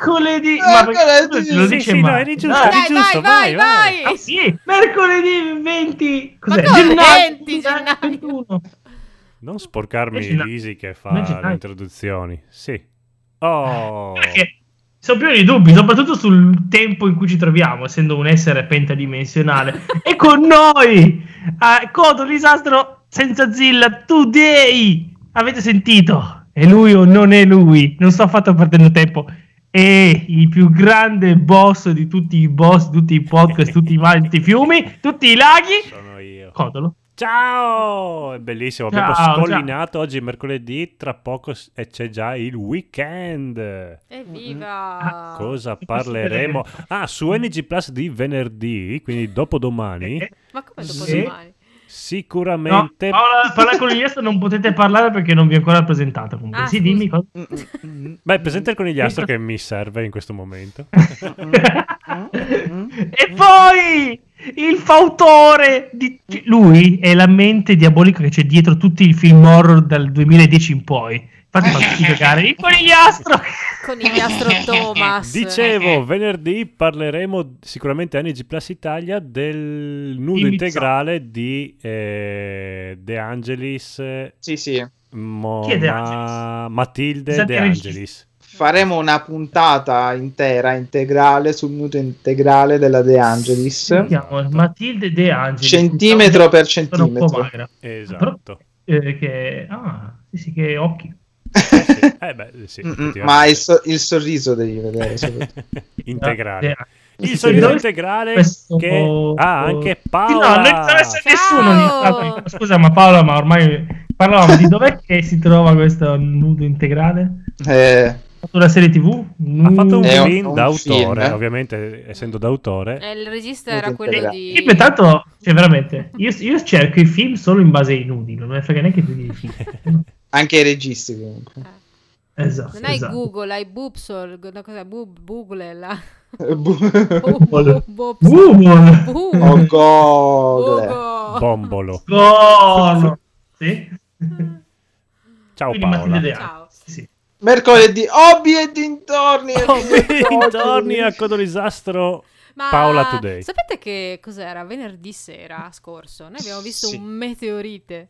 mercoledì. Ma perché Mercoledì. lo Sì, dice sì, mai? no, eri giusto, Dai. eri Dai, Ah, giusto, vai, vai, vai. Ah, sì, mercoledì 20 Ma cos'è? come? Gennaio, 20 gennaio, gennaio. 21. Non sporcarmi Invece no. Lisi che Invece fa no. le introduzioni. Sì. Oh. Perché sono pieno di dubbi, soprattutto sul tempo in cui ci troviamo, essendo un essere pentadimensionale. e con noi, a Codo Disastro senza Zilla Today. Avete sentito? È lui o non è lui? Non sto affatto perdendo tempo. È il più grande boss di tutti i boss, tutti i podcast, tutti i mari, tutti i fiumi, tutti i laghi. Sono io. Codolo. Ciao! È bellissimo, abbiamo Ciao, scollinato oggi è mercoledì, tra poco s- e c'è già il weekend. Ah, Evviva! Ah, Cosa parleremo? Ah, su NG Plus di venerdì, quindi dopodomani, Eh, Ma come dopo Sì. domani? No, sicuramente... Paola, parla con l'Iliasta non potete parlare perché non vi ho ancora presentato. Comunque. Ah, sì, scusa. dimmi Mm, cosa. Beh, presenta il conigliastro che mi serve in questo momento. e poi il fautore di lui è la mente diabolica che c'è dietro tutti i film horror dal 2010 in poi. Infatti fa tutti cagare. Il conigliastro. Con il nastro Thomas. Dicevo, venerdì parleremo sicuramente a NG Plus Italia del Di nudo Mizzotti. integrale di eh, De Angelis, eh, Sì, sì. Mo- Chi è De Ma- Angelis? Matilde Esatto, De il regista. Angelis. Faremo una puntata intera, integrale, sul minuto integrale della De Angelis. Sentiamo, Matilde De Angelis. Centimetro per Sono un po' centimetro. magra. Esatto. Eh, che... Ah, sì, sì, che occhi. Eh beh, sì, Mm, mm, effettivamente. Ma il, so- il sorriso devi vedere. soprattutto. Ah, De integrale. Angelis. Il Sì, sorriso dove- integrale questo- che ha anche Paola. Sì, no, non interessa a nessuno. Ciao! ogni tanto. Scusa, ma Paola, ma ormai parlavamo di dov'è che si trova questo nudo integrale? Eh, Sulla serie TV? Ha fatto un È un- film un d'autore, film. ovviamente essendo d'autore. Eh, il regista Molto era quello integrante. di... Sì, ma tanto, cioè, veramente, io, io cerco i film solo in base ai nudi, non me ne frega neanche più di film. anche i registi comunque. Esatto. Non hai esatto. Google, hai Boopsol. No, cos'è? Bub- Google. La... Bu- Google. Boopsol. Google! Oh, Google. God. Bombolo. Google! Sì? Ciao Quindi Matilde Paola. De Angelis. Ciao. Sì. Mercoledì, hobby e dintorni. Torni a Codolisastro. Ma Paola Today. Sapete che cos'era? Venerdì sera scorso noi abbiamo visto Sì. un meteorite.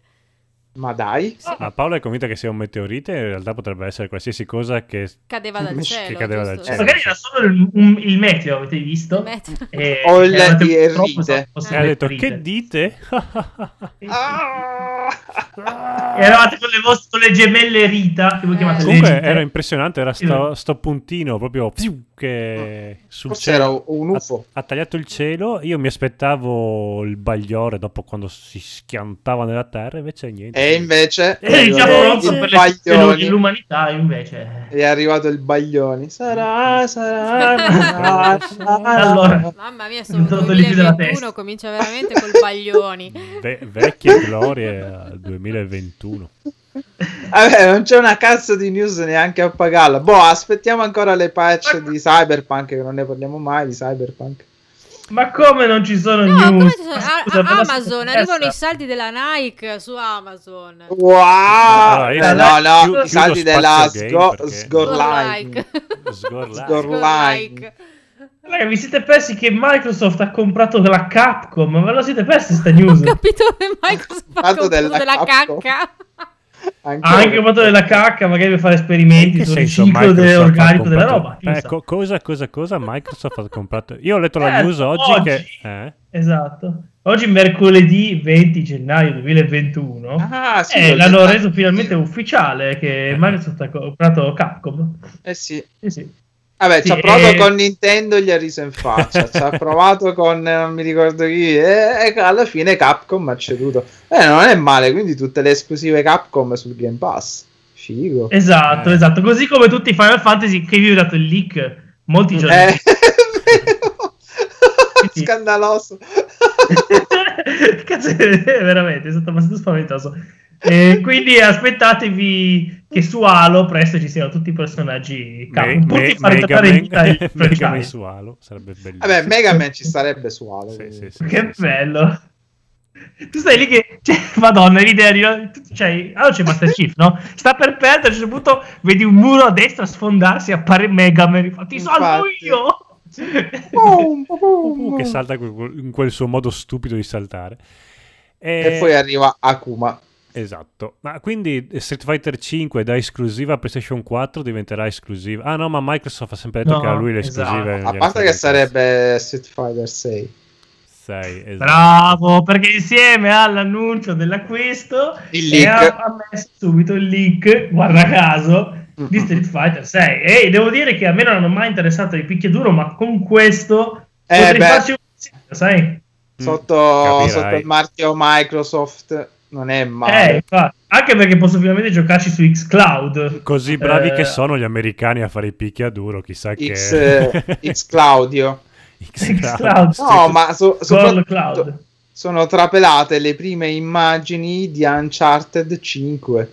Ma dai, Ma Paola è convinta che sia un meteorite, in realtà potrebbe essere qualsiasi cosa che... Cadeva dal Che cielo. cadeva dal giusto? cielo. Magari era solo il, un- il meteo, avete visto? Il meteo. Eh, O il eravate di Errite. purtroppo, esatto, fosse Eh, E ha detto, Errite. che dite? Ah! Ah! E Eravate con le, vostre, con le gemelle Rita, che voi Eh. chiamate le Comunque Rite. era impressionante, era sto, Sì. sto puntino proprio piu, che sul Mm. forse cielo era un UFO. Ha, ha tagliato il cielo, io mi aspettavo il bagliore dopo quando si schiantava nella terra, invece niente. E invece Eh, Eh, diciamo eh, proprio sì. per Baglioni. le teloni dell'umanità invece. è arrivato il Baglioni. Sarà, sarà, sarà, sarà. Allora. Mamma mia, sono Sono tolto lì dalla testa. 2021, comincia veramente col baglioni. Ve- vecchie glorie al 2021. Vabbè, non c'è una cazzo di news neanche a pagarla. Boh, aspettiamo ancora le patch di Cyberpunk, che non ne parliamo mai di Cyberpunk. Ma come non ci sono No, come news? ci sono- Ma a- scusa, a- per la Amazon, sicurezza. arrivano i saldi della Nike su Amazon. Wow! Allora, io Eh, chiudo- no, no, chiudo i saldi spazio della game sgo- perché- Sgorline. Sgorlare. Sgor- Sgorline. Raga, vi siete persi che Microsoft ha comprato la Capcom? Ma ve lo siete persi sta news? Ho capito che Microsoft ha Fatto comprato della della, Capcom. cacca. Anche- Ha Ah, anche comprato della cacca, magari per fare In esperimenti che sul senso riciclo Microsoft ha dell'organico della comprato- roba. chi lo sa. Eh, co- cosa, cosa, cosa Microsoft ha comprato? Io ho letto la Eh, news oggi, oggi. che... eh? Esatto. Oggi mercoledì 20 gennaio 2021 Ah, sì, eh, l'ho l'hanno detto. reso finalmente ufficiale che Eh. Microsoft ha comprato Capcom. Eh sì. Sì, sì. Vabbè, Sì, ci ha provato eh. con Nintendo gli ha riso in faccia, ci ha provato con eh, non mi ricordo chi, e, e alla fine Capcom ha ceduto. Eh, non è male, quindi tutte le esclusive Capcom sul Game Pass. Figo. Esatto, Eh. esatto. Così come tutti i Final Fantasy che vi ho dato il leak molti giorni Eh, fa. Sì. Scandaloso. Cazzo, è Eh, veramente, è stato abbastanza spaventoso. Eh, quindi aspettatevi che su Halo presto ci siano tutti i personaggi Me- capo. Pur di me- far Mega giocare in vita Man- il Mega franchise. mensualo, sarebbe bellissimo. Vabbè, Mega Man ci sarebbe su Halo. Sì, quindi. sì, sì. Che bello. Tu stai lì che, cioè, madonna, l'idea di... Cioè, allora c'è Master Chief, no? Sta per perdere, a un certo punto vedi un muro a destra sfondarsi, appare Mega Man, e fa, ti salvo Infatti. io! Boom, boom, Uh, boom. che salta in quel suo modo stupido di saltare. E poi arriva Akuma. Esatto, ma quindi Street Fighter 5 da esclusiva a PlayStation 4 diventerà esclusiva? Ah no, ma Microsoft ha sempre detto No, che a lui le esatto. esclusive... non A gliene parte frega che un cazzo. sarebbe Street Fighter 6. Sei, esatto. Bravo, perché insieme all'annuncio dell'acquisto Il e ha, leak. ha messo subito il leak, guarda caso, Mm-hmm. di Street Fighter 6. E devo dire che a me non hanno mai interessato i picchiaduro, ma con questo Eh, potrei beh. farci un sai? Sotto, Mm, Capirai. sotto il marchio Microsoft non è male. Eh, infatti. anche perché posso finalmente giocarci su Xcloud. Così bravi Eh. che sono gli americani a fare i picchiaduro, chissà che... X, eh, X Claudio. Xcloud. No, ma so- Call soprattutto Cloud. sono trapelate le prime immagini di Uncharted 5.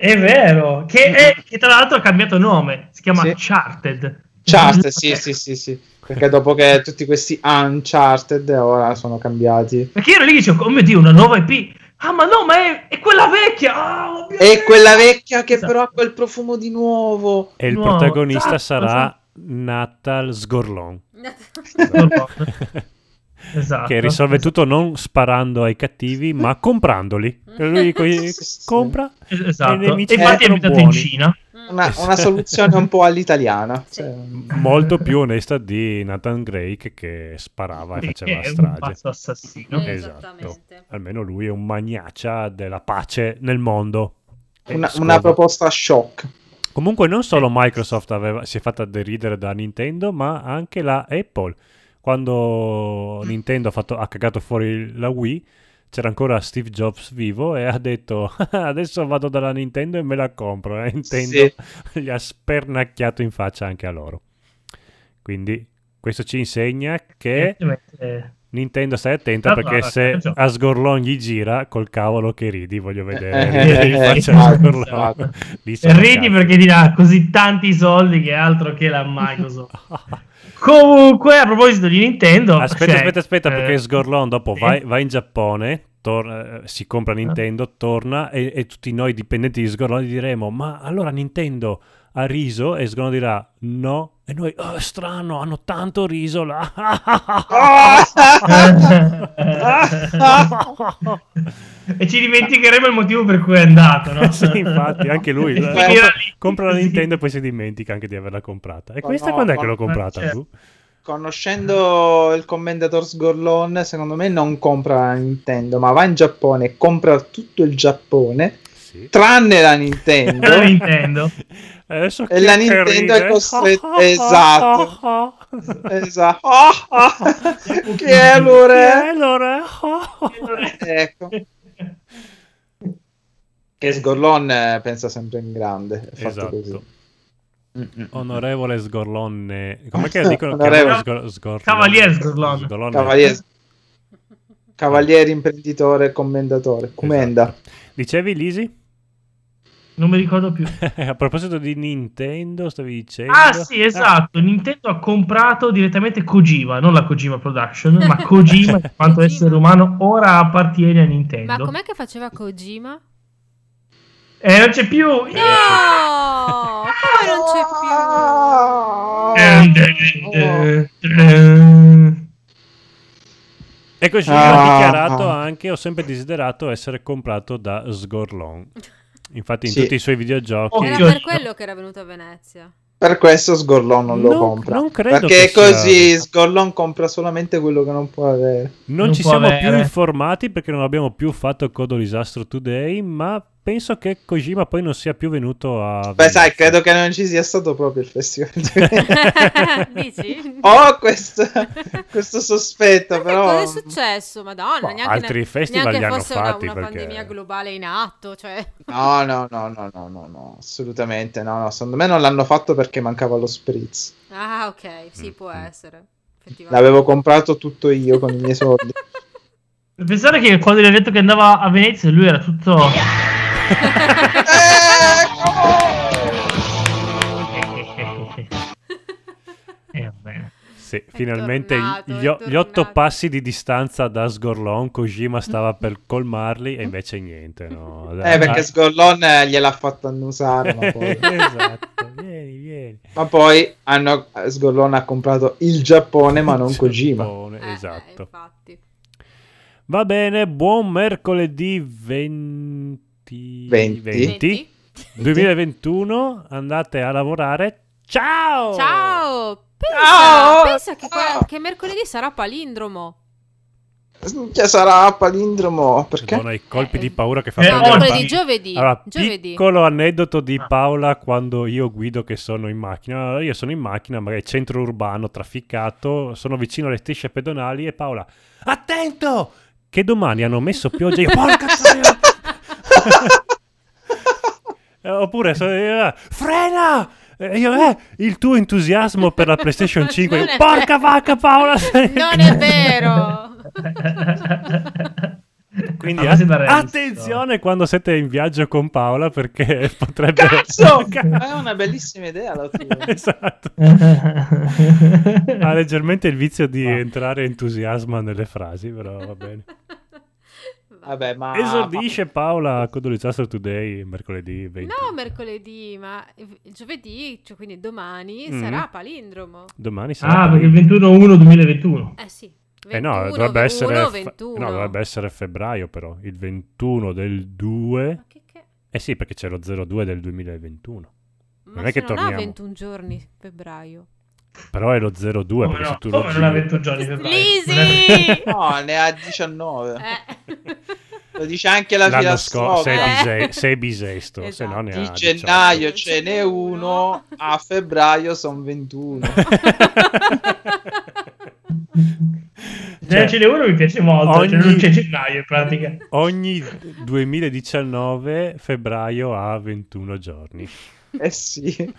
È vero, che, è- che tra l'altro ha cambiato nome, si chiama Mm-hmm. Sì. Charted. Uncharted, sì, sì, sì, sì. Perché dopo che tutti questi Uncharted eh, ora sono cambiati. Perché ero lì che dicevo, oh mio Dio, una nuova IP. Ah, ma no, ma è, è quella vecchia. Ah, oh mio E Dio. quella vecchia che Esatto. però ha quel profumo di nuovo. E il Nuovo. protagonista Esatto, sarà Natal Sgorlon. Mm. Sgorlon. Esatto. che risolve tutto non sparando ai cattivi, ma comprandoli. E Lui co- Sì, sì. compra Es- E i Esatto. E nemici infatti è erano abitato in buoni. Cina. Una, una soluzione un po' all'italiana. Sì. Cioè, molto più onesta di Nathan Drake che sparava e Che faceva è un strage. pazzo assassino. Eh, Esatto. Esattamente. Almeno lui è un magnaccia della pace nel mondo. Eh, una, scusa. una proposta shock. Comunque non solo Microsoft aveva- si è fatta deridere da Nintendo, ma anche la Apple. Quando Mm. Nintendo ha, fatto- ha cagato fuori la Wii, c'era ancora Steve Jobs vivo e ha detto "Ah, adesso vado dalla Nintendo e me la compro. E Nintendo gli ha spernacchiato in faccia anche a loro. Quindi questo ci insegna che Evidentemente- eh, Nintendo stai attenta Ah, perché guarda, se ragione. a Sgorlon gli gira, col cavolo che ridi, voglio vedere. Eh, eh, in eh, faccia eh, a Sgorlon. esatto. Lì sono E ridi cazzi. perché ti dà così tanti soldi che è altro che la Microsoft. Comunque, a proposito di Nintendo, Aspetta, cioè, aspetta, aspetta, eh, perché Sgorlon dopo sì. vai, vai in Giappone, tor- eh, si compra Nintendo, torna e, e tutti noi dipendenti di Sgorlon gli diremo ma allora Nintendo ha riso e Sgorlon dirà no e noi "Oh, strano, hanno tanto riso là. e ci dimenticheremo il motivo per cui è andato, no? Sì, infatti, anche lui E eh, finirà compra, lì, compra la così. Nintendo e poi si dimentica anche di averla comprata. E Ma questa no, quando è ma- che l'ho ma comprata? certo. tu? Conoscendo il commendator Sgorlon, secondo me non compra la Nintendo, ma va in Giappone e compra tutto il Giappone, Sì. tranne la Nintendo. La Nintendo. Adesso E chi la che Nintendo è ride? costretta- esatto. esatto. Ah, ah. Che è Chi l'ore? è l'ore? Ecco. Che Sgorlon eh, pensa sempre in grande. È fatto Esatto. così. Mm, Mm-mm. Onorevole Sgorlonne. Come che dicono? Onorevole Onorevole. Sgor- Esatto. Sgorlone. Cavalier Sgorlone. Sgorlone. Cavaliere, cavaliere, imprenditore, commendatore. Comenda. Esatto. Dicevi Lisi? Non mi ricordo più. A proposito di Nintendo, stavi dicendo... Ah sì, esatto. Nintendo ha comprato direttamente Kojima, non la Kojima Production, ma Kojima, in quanto Kojima. essere umano, ora appartiene a Ma Nintendo. com'è che faceva Kojima? E Eh, non c'è più... No! Come non c'è più? Ah! Eh, E così Ah. ecco, ho dichiarato anche, ho sempre desiderato essere comprato da Sgorlon. Infatti in Sì. tutti i suoi videogiochi... Era Io- per quello che era venuto a Venezia. Per questo Sgorlon non lo Non- compra. non credo perché che sia- così Sgorlon compra solamente quello che non può avere. Non, Non ci può siamo avere. più informati perché non abbiamo più fatto Codo Disastro Today, ma penso che Kojima poi non sia più venuto a... Beh, sai, Venezia. Ah, credo che non ci sia stato proprio il festival. Dici? Ho questo, questo sospetto, Ma Cosa però. è successo? Madonna, Ma neanche mm, boh, altri festival neanche li hanno fosse una, fatti una perché- pandemia globale in atto, cioè No, no, no, no, no, no, no, assolutamente no, no. Secondo me non l'hanno fatto perché mancava lo spritz. Ah, ok, sì, può Mm, mm. essere. Effettivamente. L'avevo comprato tutto io con i miei soldi. Pensare che quando gli ho detto che andava a Venezia lui era tutto... Ecco! Eh, va bene. Sì, finalmente i- tornato, gli, è o- gli otto tornato. passi di distanza da Sgorlon, Kojima stava per colmarli e invece niente. No? Dai, Eh, perché ah. Sgorlon eh, gliel'ha fatto annusare, ma poi... esatto, vieni, vieni. ma poi hanno, Sgorlon ha comprato il Giappone, ma non Kojima. Giappone, Eh, eh, esatto. infatti. Va bene, buon mercoledì 20... Venti. 20. 2021, andate a lavorare. Ciao! Ciao! Pensa, Ciao! pensa che, qua- Ciao! che mercoledì sarà palindromo. Cioè, sarà palindromo, perché? Madonna, i colpi Eh, di paura che fa eh, No, prendere oggi. mercoledì, pa- giovedì. Allora, giovedì. piccolo aneddoto di Ah. Paola quando io guido che sono in macchina. Allora, io sono in macchina, magari centro urbano, trafficato, sono vicino alle strisce pedonali e Paola, attento! Che domani hanno messo pioggia. Io, porca troia! Eh, Oppure, so- eh, frena! E io, eh, il tuo entusiasmo per la PlayStation 5. Io, Non è vero. porca vacca Paola! Non è vero! Quindi Ah, att- sembra realistico. attenzione quando siete in viaggio con Paola perché potrebbe... Cazzo! È una bellissima idea la tua. esatto. Ha leggermente il vizio di Ah. entrare entusiasma nelle frasi, però va bene. Vabbè, ma... Ah, Esordisce Paola con The Disaster Today mercoledì 20. No, mercoledì, ma il giovedì, cioè quindi domani, Mm. sarà palindromo. Domani sarà... Ah, perché il 21-1-2021. Eh sì. Eh no, 21, dovrebbe essere 21, fe- 21. no, dovrebbe essere febbraio però, il 21 del 2. Ma che, che... Eh sì, perché c'è lo 02 del 2021. Ma Non è se che non torniamo. ha 21 giorni febbraio. Però è lo 02 Come perché se no? tu lo Come non ha giri- 21 giorni febbraio? Lisi! No, ne ha 19. Lo eh. dice anche la l'anno scorso filastrocca. sei, diciamo. Eh. bise- sei bisesto, se no ne Esatto. ha Di 18. gennaio ce n'è uno, a febbraio sono 21. Ce Cioè, ce n'è uno che mi piace molto, cioè, ogni- non c'è gennaio in pratica. Ogni 2019 febbraio ha 21 giorni. Eh sì.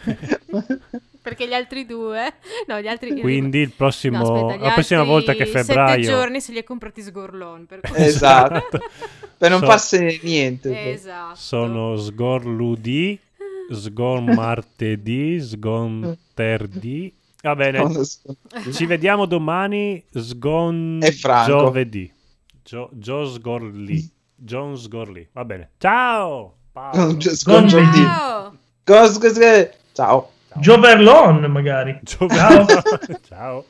Eh. Perché gli altri due, no, gli altri Quindi il prossimo, No, aspetta, gli la prossima altri volta che febbraio... sette giorni se li hai comprati sgorlon. Per cui- Esatto. Per non So- passa niente. esatto. Sono sgorludì, sgormartedì, Mm. sgonterdì. Va bene, ci vediamo domani, sgon E Franco. giovedì. Gio, Gio sgorlì. John sgorlì. Va bene. Ciao! Paolo. Scongiordi. Ciao! Cos- cos- Ciao. Gioverlon magari. Ciao. Ciao.